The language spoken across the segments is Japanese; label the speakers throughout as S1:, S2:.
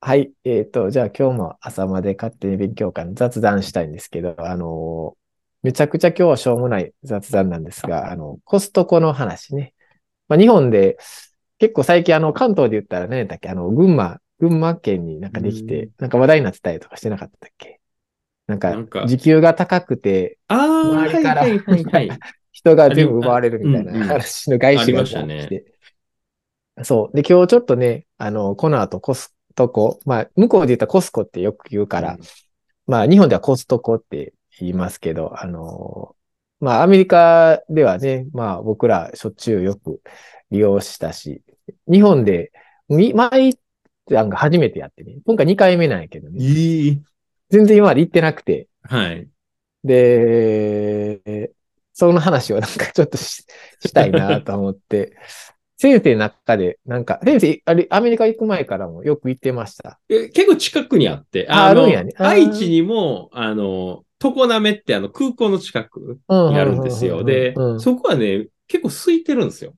S1: はい。えっと、じゃあ今日も朝まで勝手に勉強会雑談したいんですけど、あのーめちゃくちゃ今日はしょうもない雑談なんですが、あの、コストコの話ね。まあ、日本で、結構最近あの、関東で言ったら何だっけ、あの、群馬、群馬県になんかできて、
S2: うん
S1: なんか話題になってたりとかしてなかったっけなんか
S2: なんか、
S1: 時給が高くて、
S2: ああ、は
S1: 周り
S2: い
S1: から
S2: はいはいはい。
S1: 人が全部奪われるみたい
S2: あり
S1: な
S2: ま
S1: 話の外資が
S2: ありましたね
S1: 来て。そう。で、今日ちょっとね、あの、この後コストコ、まあ、向こうで言ったらコスコってよく言うから、まあ、日本ではコストコって言いますけど、あの、まあ、アメリカではね、まあ、僕らしょっちゅうよく利用したし、日本で、み前、なんか初めてやってね、今回2回目なんやけど
S2: うん
S1: ね、
S2: いい。
S1: 全然今まで行ってなくて、
S2: はい。
S1: で、その話をなんかちょっとししたいなと思 って、先生の中で、なんか、先生、あれ、アメリカ行く前からもよく行ってました。
S2: え結構近くにあって、
S1: あ
S2: の
S1: あるんやねあー
S2: 愛知にも、あの、常滑ってあの空港の近く
S1: う
S2: にあるんですよ。で
S1: うん、
S2: そこはね、結構空いてるんですよ。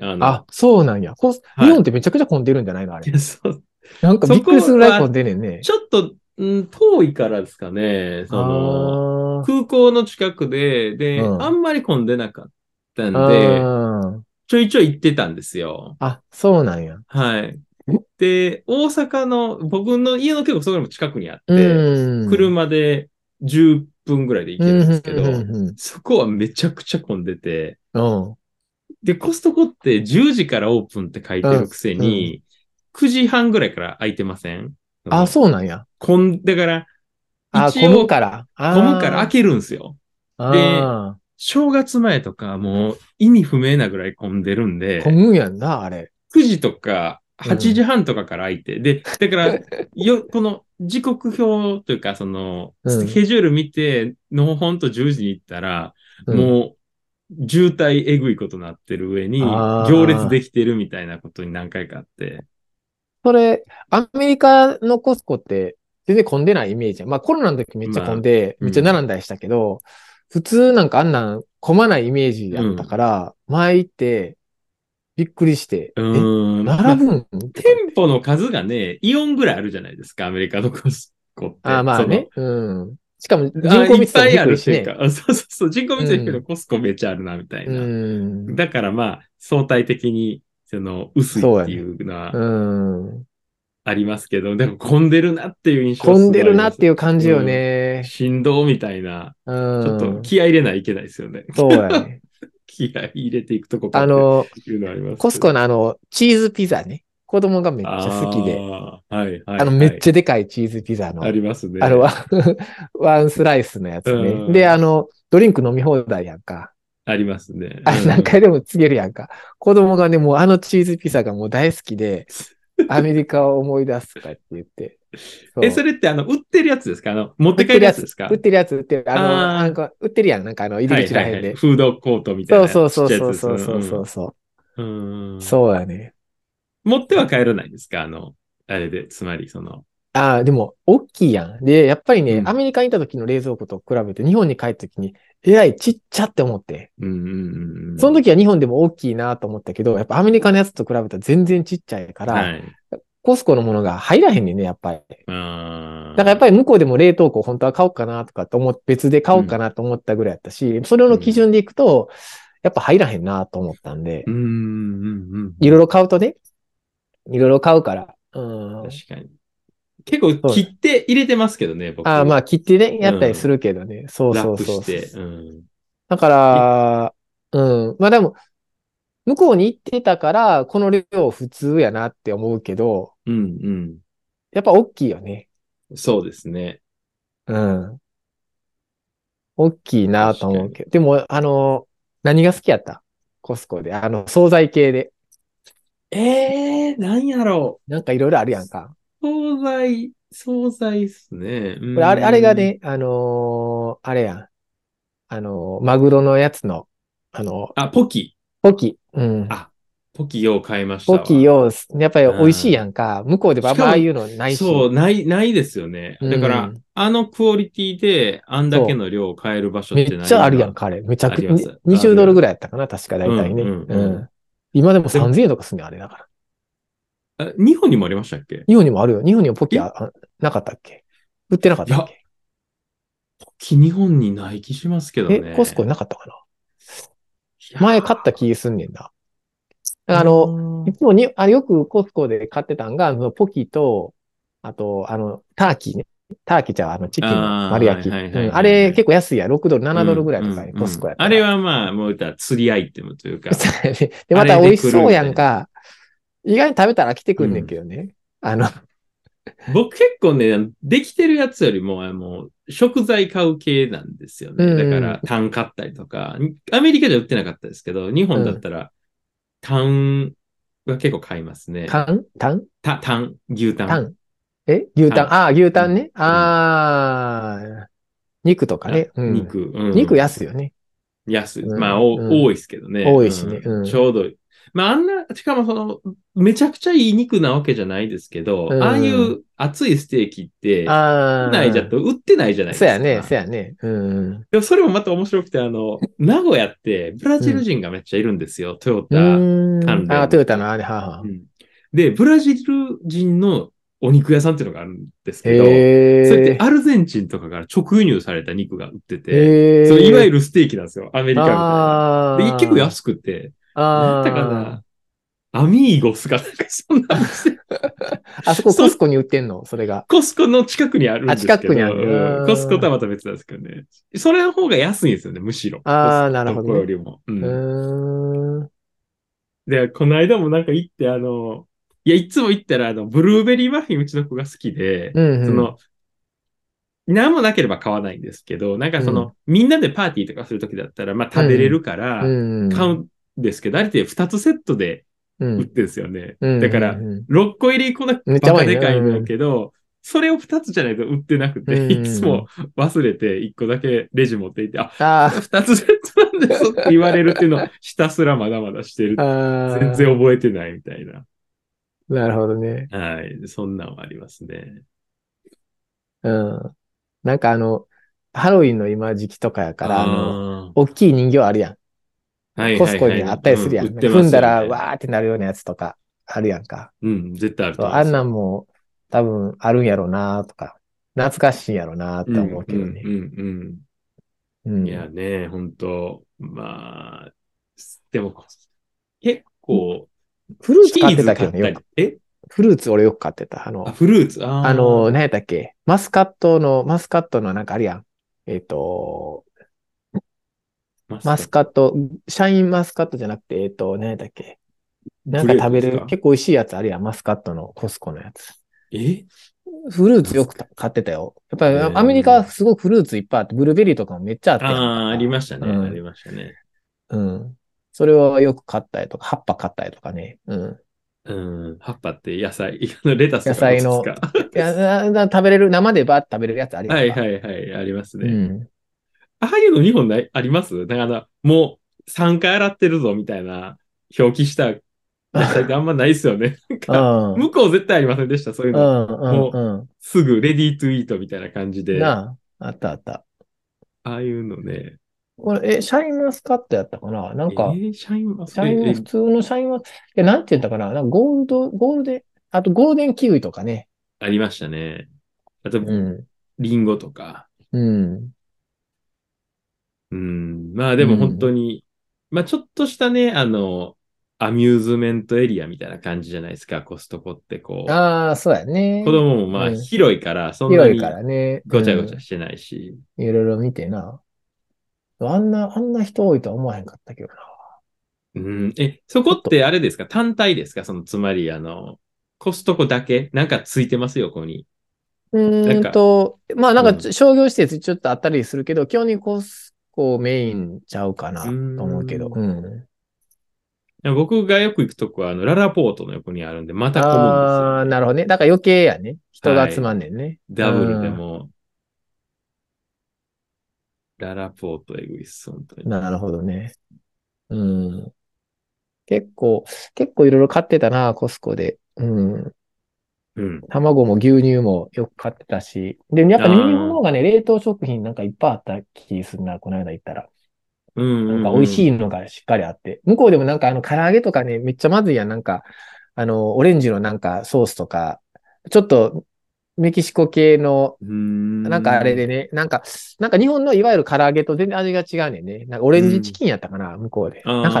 S2: あの、
S1: あ、そうなんや。こ
S2: はい
S1: 日本ってめちゃくちゃ混んでるんじゃないのあ
S2: い
S1: れ。
S2: やそう
S1: なんかびっくりするぐらい混んでんねんね。
S2: ちょっと、うん、遠いからですかね。その、
S1: あ
S2: 空港の近くで、で、
S1: うん
S2: あんまり混んでなかったん
S1: ー
S2: で、
S1: あー
S2: ちょいちょい行ってたんですよ。
S1: あ、そうなんや。
S2: はい
S1: え。
S2: で、大阪の、僕の家の結構そこにも近くにあって、
S1: うん。
S2: 車で10分ぐらいで行けるんですけど
S1: う、んうん
S2: そこはめちゃくちゃ混んでて、
S1: うんうん
S2: で、コストコって10時からオープンって書いてるくせに、9時半ぐらいから空いてません
S1: あ、そうなんや。
S2: 混んだから、
S1: あ、
S2: 一応
S1: 混むから。あー
S2: 混むから開けるんですよ。
S1: あ
S2: 正月前とかもう意味不明なぐらい混んでる
S1: ー
S2: んで、
S1: 混むやんな、あれ。
S2: 9時とか
S1: うん
S2: 8時半とかから空いて、で、だから、よ、この時刻表というか、その、
S1: うん
S2: スケジュール見て、のほほんと10時に行ったら、
S1: うん
S2: もう、渋滞えぐいことになってる上に、
S1: あー
S2: 行列できてるみたいなことに何回かあって。
S1: それ、アメリカのコスコって全然混んでないイメージや。まあコロナの時めっちゃ混んで、
S2: まあ
S1: めっちゃ並んだりしたけど、普通なんかあんなん混まないイメージやったから、前行って、びっくりして、
S2: う
S1: え
S2: ーん。
S1: 並
S2: まあ
S1: ぶん
S2: 店舗の数がね、イオンぐらいあるじゃないですか、アメリカのコスコって。
S1: あーまあ
S2: その
S1: ね。。うん。しかも人
S2: あ
S1: 口
S2: いっ
S1: 密度
S2: ぱ
S1: も
S2: いあ
S1: 低
S2: る
S1: いし
S2: という
S1: ね。
S2: か、あ そうそうそう、人口密度低いけ
S1: う
S2: ど
S1: ん
S2: コスコめっちゃあるな、みたいな。
S1: うん。
S2: だからまあ、相対的に、その、薄いっていうのは
S1: うん。
S2: ありますけど、でも混んでるなっていう印象
S1: 混んでるなって
S2: い
S1: いう感じよね
S2: う。。振動みたいな、
S1: うん。
S2: ちょっと気合い入れないといけないですよね。
S1: そうやね。
S2: 気合い入れていくとこか
S1: あ
S2: ってい
S1: の、
S2: うのはありますけど。
S1: コスコのあの、チーズピザね。子供がめっちゃ好きで。
S2: あー。はいはい、はい。
S1: あの、めっち
S2: ゃ
S1: ゃでかいチーズピザの、
S2: ありますね。
S1: あの、ワン ワンスライスのやつ
S2: う
S1: ね。
S2: ん
S1: で、あの、ドリンク飲み放題やんか。
S2: ありますね。
S1: あ
S2: うん
S1: 何回でもつけるやんか。子供がね、もうあのチーズピザがもう大好き で、アメリカを思い出すとかって言って。う
S2: え、それってあの、売ってるやつですかあの、持って帰るやつですか
S1: 売ってるやつ、売ってる。あの、
S2: あー
S1: なんか売ってるやん。なんかあの、入り口らへん
S2: はいはいはい
S1: で。
S2: フードコートみたい
S1: そ
S2: な
S1: う
S2: やつ。
S1: そうそう
S2: ちっちゃい
S1: そ
S2: や
S1: う
S2: つ
S1: そうそうそう。そう
S2: うん。うん
S1: そうやね。
S2: 持っては帰らないんですかあの、あれで、つまり、その。
S1: ああ、でも、大きいやん。で、やっぱりね、
S2: うん
S1: アメリカにいた時の冷蔵庫と比べて、日本に帰った時に、えらいちっちゃって思って。
S2: うんうんうんうん。
S1: その時は日本でも大きいなと思ったけど、やっぱアメリカのやつと比べたら全然ちっちゃいから、
S2: はい。
S1: コスコのものが入らへんねんね、やっぱり。
S2: だ
S1: だからやっぱり向こうでも冷凍庫本当は買おうかなとかと思って、別で買おうかなと思ったぐらいやったし、それの基準でいくと、やっぱ入らへんなと思ったんで
S2: う、んうんうん。
S1: いろいろ買うとね、いろいろ買うから、うん。
S2: 確かに。結構切って入れてますけどね、僕。
S1: ああ、まあ、切ってね、
S2: ん
S1: やったりするけどね、そう
S2: ラ
S1: そ
S2: ッ
S1: う
S2: プ
S1: そう
S2: して。うん
S1: だから、うん。まあでも、向こうに行ってたから、この量普通やなって思うけど、
S2: うん
S1: やっぱ大きいよね。
S2: うん。そうですね。
S1: うん。大きいなと思うけど。でも、あの、何が好きやったコスコで。あの、惣菜系で。
S2: ええー、なんやろ
S1: なんかいろいろあるやんか。
S2: う。惣菜、惣菜っすね。うん
S1: これ、あれ、あれが。ね、あのーあれやん。あのーマグロのやつの、あの
S2: あ、ポキ。
S1: ポキ。うん。
S2: あポキを買いました
S1: ポ
S2: わ。
S1: キを、やっぱり美味しいやんか。向こうでば
S2: しかも
S1: ああいうのないし。
S2: そう、ない、ないですよね。だから、
S1: うん
S2: あのクオリティで、あんだけの量を買える場所っ
S1: め
S2: てない
S1: っちゃあるやん
S2: か。
S1: か、あれ。めちゃくちゃ。
S2: あります
S1: 20ドルぐらいやったかな、確か大体ね。
S2: うんうんうん
S1: うん今でも3000円とかすんねん、あれだから。
S2: あ日本にもありましたっけ
S1: 日本にもあるよ。日本にもポッキーあなかったっけ売ってなかったっけ
S2: き日本にない気しますけどね。
S1: え、コスコになかったかない
S2: やー
S1: 前買った気すんねんな。あの、、いつもに、あよくコスコで買ってたんが、あのポキと、あと、あの、ターキーね。ターキーちゃう、あの、チキンの丸焼き。
S2: あーはいはいはいはい
S1: うんあれ結構安いや。6ドル、7ドルぐらいとか
S2: うん
S1: ね、
S2: うん
S1: コスコやった
S2: あ
S1: ら
S2: れはまあ、もう言ったら釣りアイテムというか。
S1: そうやね で、また美味しそうやんか。意外に食べたら来てくんねんけどね。あの、
S2: 僕結構ね、できてるやつよりも、あの、食材買う系なんですよ
S1: う
S2: ね。
S1: ん
S2: だから、タン買ったりとか、アメリカじゃ売ってなかったですけど、日本だったら、タンは結構買いますね。
S1: タンタン
S2: た、タン、牛タン。
S1: タンえ牛タ
S2: タン
S1: ンああ、牛タンね。
S2: うん
S1: ああ、肉とかね。うん
S2: 肉。うん
S1: 肉安いよね。
S2: 安い。
S1: うん
S2: まあ、お
S1: うん
S2: 多いですけどね。
S1: 多いしね
S2: うん
S1: うん
S2: ちょうどいい。まあ、あんな、しかもその、めちゃくちゃいい肉なわけじゃないですけど、
S1: うん
S2: ああいう熱いステーキって、
S1: ああ。
S2: 国内じゃと売ってないじゃないです
S1: そ
S2: か。
S1: うやね、そうやね。うん。
S2: でもそれもまた面白くて、あの、名古屋ってブラジル人がめっちゃいるんですよ、トヨ
S1: う
S2: タ。
S1: ー
S2: 関
S1: ん。
S2: 連
S1: ああ、トヨタのあれ、はあはあ
S2: うんで、ブラジル人のお肉屋さんっていうのがあるんですけど、
S1: へえ。
S2: それってアルゼンチンとかから直輸入された肉が売ってて、
S1: へえ。
S2: それいわゆ
S1: る
S2: るステーキなんですよ、アメリカみたいな。
S1: あ
S2: で、
S1: あ。
S2: 結構安くて、なん
S1: あ
S2: だか
S1: あ。
S2: な、アミーゴスかなんか そんな、
S1: あそこコスコに売ってんのそれが。
S2: コスコの近くにあるんですけど、
S1: あ近くにある
S2: うんコスコとはまた別なんですけどね。それの方が安いんですよね、むしろ。
S1: あー
S2: コス
S1: な
S2: コ
S1: るほどね
S2: とこよりも。う
S1: うんーん。
S2: で、この間もなんか行って、あの、いや、いつも行ったら、あの、ブルーベリーマフィンうちの子が好きで、
S1: うん。
S2: そ、の、何もなければ買わないんですけど、なんかその、みんなでパーティーとかするときだったら、まあ食べれるから、
S1: うん。
S2: 買うんですけど、あれって2つセットで
S1: う
S2: 売
S1: ん。
S2: ってるんですよね。
S1: うん。
S2: だから
S1: うん、
S2: 6個入り、こんな
S1: めっ
S2: バ
S1: ちゃ多
S2: カ
S1: いね
S2: でかいんだけど、それを2つじゃないと売ってなく
S1: う
S2: て、
S1: ん
S2: いつも忘れて1個だけレジ持っていって、あ、
S1: あー
S2: 2つセットなんですって言われるっていうのをひたすらまだまだしてる
S1: あー。
S2: 全然覚えてないみたいな。
S1: なるほどね。
S2: はい。そんなんはありますね。
S1: うん。なんかあの、ハロウィンの今時期とかやから、あの、
S2: の、
S1: 大きい人形あるやん。
S2: はい
S1: コスコにあったりするやん。
S2: うん売ってますよね
S1: 踏んだら、わーってなるようなやつとか、あるやんか。
S2: うん、絶対あると
S1: そう
S2: 思
S1: あ
S2: います
S1: ん
S2: よ
S1: なんも、多分あるんやろうなとか、懐かしいんやろうなとは思うけどね
S2: う。ん、うんうん
S1: う
S2: うんん。いやね、本当まあ、でも、結構、
S1: フルーツ買ってたけどね、
S2: チー
S1: よ
S2: ズ買った
S1: く
S2: り。え
S1: フルーツ俺よく買ってた。あの
S2: あ、、フルーツあー
S1: あの、何やったっけマスカットの、マスカットのなんかあるやん。えっ、と、マスカット、シャインマスカットじゃなくて、えっ、と、何やったっけなんか食べる、
S2: 結
S1: 結構美味しいやつあるやん、マスカットの、コスコのやつ。
S2: え
S1: フルーツよく買ってたよ。やっぱり
S2: へー
S1: アメリカはすごくフルーツいっぱいあって、ブルーベリーとかもめっちゃあったやん
S2: ああ、ありましたね。
S1: うん
S2: ありましたね。
S1: うん。それはよく買ったりとか、葉っぱ買ったりとかね。うん。
S2: うん。葉っぱって野菜、あのレタスとか
S1: 野菜の
S2: ですか
S1: いや、なな食べれる、生でバーって食べれるやつあるやんか。
S2: はいはいはい、ありますね。
S1: うん。
S2: ああいうの日本ないありますなんかあの、もう3回洗ってるぞみたいな表記した野菜ってあんまないです よね。なん
S1: う
S2: か
S1: ん。
S2: 向こう絶対ありませんでした、そういう
S1: う
S2: の。
S1: ん、うん、うん。
S2: すぐレディートゥイートみたいな感じで、あ
S1: なあ、あったあった。
S2: あいうのね。
S1: これ、え、シャインマスカットやったかななんか
S2: え、ーシャインマス
S1: シャイン
S2: え
S1: マ普通のシャインマス、いや、なんて言ったかななんかゴールド、ゴールデン、あとゴールデンキウイとかね。
S2: ありましたね。あと、
S1: うん。
S2: リンゴとか。
S1: うん。
S2: うん。まあでも本当に、まあちょっとしたね、あの、アミューズメントエリアみたいな感じじゃないですか、コストコってこう。
S1: ああ、そうやね。
S2: 子供もま
S1: う
S2: あ
S1: ん
S2: 広いから、そんな
S1: 広い
S2: に
S1: からね。
S2: ごちゃごち
S1: う
S2: ゃ
S1: ん
S2: してないし。
S1: いろいろ見てな。あんな、あんな人多いとは思わへんかったけどな。
S2: うん、え、そこってあれですか単体ですかその、つまり、あの、コストコだけなんかついてますよ、ここに。
S1: うーんと、まあなんか商業施設ちょっとあったりするけど、基本にコスコメインちゃうかなと思うけど。
S2: う
S1: うん。
S2: 僕がよく行くとこは、あの、ララポートの横にあるんで、また混むんですよ
S1: ああ、なるほどね。だから余計やね。人が集まんねんね。
S2: ダブルでも。ララポートエグいっす、本当に。
S1: なるほどね。うん。結構、結構いろいろ買ってたな、コスコで。うん。
S2: うん。
S1: 卵も牛乳もよく買ってたし。で、やっぱ日本の方がね、冷凍食品なんかいっぱいあった気するな、この間行ったら。
S2: うん、
S1: なんか美味し
S2: い。
S1: いのがしっかりあって。向こうでもなんかあの唐揚げとかね、めっちゃまずいやん。なんか、あの、オレンジのなんかソースとか、ちょっとメキシコ系の、な
S2: なん
S1: かあれでね、なんか、なんか日本のいわゆる唐揚げと全然味が違うねんね。なんかオレンジチキンやったかな、向こうで。なかった。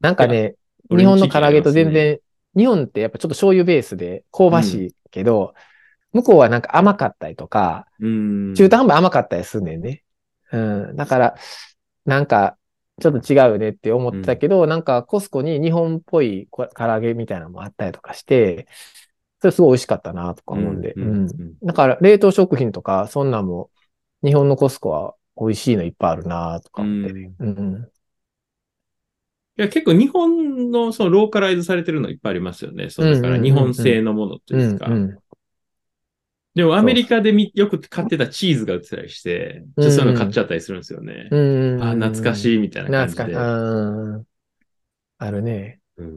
S1: なんかね、
S2: オ
S1: 日
S2: レン
S1: 本
S2: ジ
S1: の
S2: チキ
S1: 唐
S2: ン
S1: 揚げと全
S2: あ
S1: 然、日本ってやっぱちょっと醤油ベースで香ばしいけど、向こうはなんか甘かったりとか、
S2: うん
S1: 中途半端甘かったりすんねんね。うん。だから、なんか、ちょっと違うねって思ってたけど、なんかコスコに日本っぽいこ唐揚げみたいなのもあったりとかして、それすごい美味しかったなとか思うんで。うん。だから、冷凍食品とか、そんなんも、日本のコスコは美味しいのいっぱいあるなとか思ってね。うん。
S2: いや、結構日本のそのローカライズされてるのいっぱいありますよね。そうだか
S1: うんうんうんう
S2: ら
S1: ん
S2: 日本製のものって
S1: うん。
S2: いううんか。でもアメリカでみよく買ってたチーズが売ってたりして、ちょっとそういうの買っちゃったりするんですよね。
S1: うん。
S2: あ、懐か
S1: い。
S2: しいみたい
S1: 懐
S2: な感じ
S1: かしい。
S2: で。
S1: うん。あるね。
S2: うん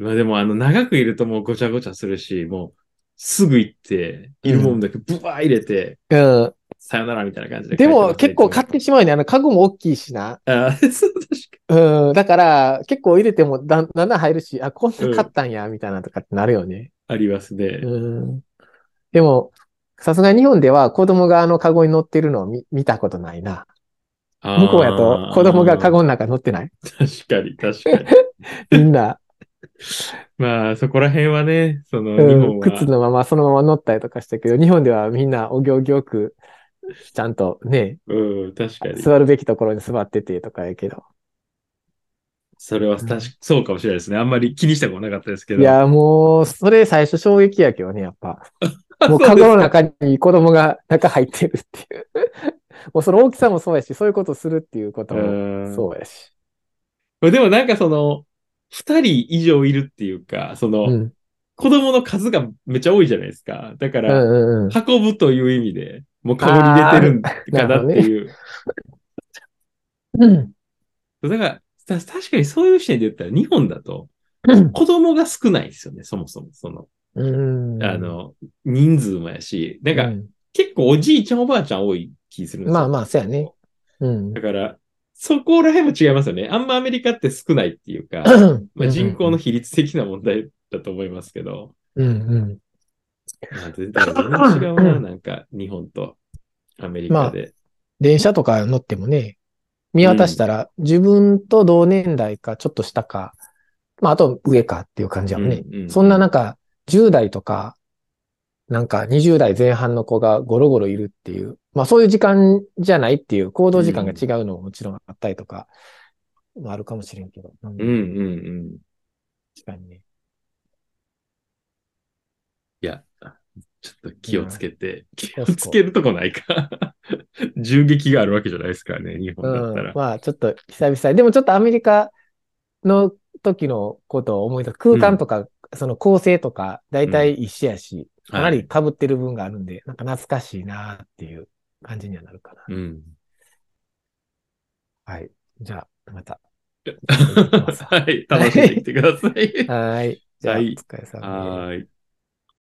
S2: まあでもあの長くいるともうごちゃごちゃするし、もうすぐ行って、いるもんだけブワー入れて、
S1: うん。
S2: さよならみたいな感じで。。
S1: でも結構買っててしまうね。あの、カゴも大きいしな。
S2: あ、 そう、確か
S1: うん。だから、結構入れてもだんだんだん入るし、あ、こんな買ったんや、みたいなとかってなるよね。
S2: ありますね。
S1: うん。でも、さすがに日本では子供があのカゴに乗ってるのを見見たことないな。
S2: あー
S1: 向こうやと子供がカ。ゴの中乗ってない
S2: 確かに、確かに。
S1: みんな、
S2: まあ、そこら辺はね、その、日
S1: うん
S2: 本は。
S1: 靴のままそのまま乗ったりとかしたけど、日本ではみんなお行儀よく、ちゃんとね、
S2: うん、確かに。
S1: 座るべきところに座っててとかやけど。
S2: それは確か、そうかもしれないですね。あんまり気にしたことなかったですけど。
S1: いや、もう、それ最初衝撃やけどね、やっぱ。もう
S2: そう
S1: カ
S2: です
S1: ゴの中に子供が中入ってるっていう。もうその大きさもそうやし、そういうことするっていうこと
S2: う
S1: も
S2: ん
S1: そうやし。
S2: まあでもなんかその、二人以上いるっていうか、その、
S1: うん。
S2: 子供の数がめっちゃ多いじゃないですか。だか
S1: うんう
S2: ら、
S1: んうん。
S2: 運ぶという意味で、もうカゴに入れてるんかなっていう。
S1: うん
S2: だから、た確かにそういう視点で言ったら、日本だと、
S1: うん
S2: 子供が少ないですよね、そもそも。その、
S1: うん。
S2: あの、人数もやし、な
S1: うんん、
S2: か、結構おじいちゃんおばあちゃん多い気するんですよ。
S1: まあまあそうやね。うん
S2: だから、そこら辺も違いますよね。あんまアメリカって少ないっ ていうか、まあ、人口の。比率的な問題だと思いますけ ど、
S1: うんうん。
S2: まあ、全然全然違うな、なんか日本とアメリカで。
S1: 電車とか乗ってもね、見渡したら自分と同年代かちょっと下か、まああと上かっていう感じやもんね。
S2: うんうん
S1: そんななんか10代とか、なんか20代前半の子がゴロゴロいるっていう、まあそういう時間じゃないっていう行動時間が違うのももちろんあったりとか、あるかもしれんけど。うん
S2: うんうんうん。
S1: 確かにね。
S2: いや、ちょっと気をつけて、気
S1: や
S2: をつけるとこないか。 銃撃があるわけじゃないですからね、日本だった
S1: うん
S2: ら。。
S1: まあちょっと久々に。でもちょっとアメリカの時のことを思い出す。空間とか、その構成とか、だいたい一緒やし、かな
S2: は
S1: り
S2: い
S1: 被ってる分があるんで、なんか懐かしいなっていう感じにはなるかな。
S2: うん。
S1: はい。じゃあ、ま た。
S2: はい、楽しんできてください。
S1: はーい。じゃあ、お
S2: はい
S1: 疲れ様です。
S2: はーい。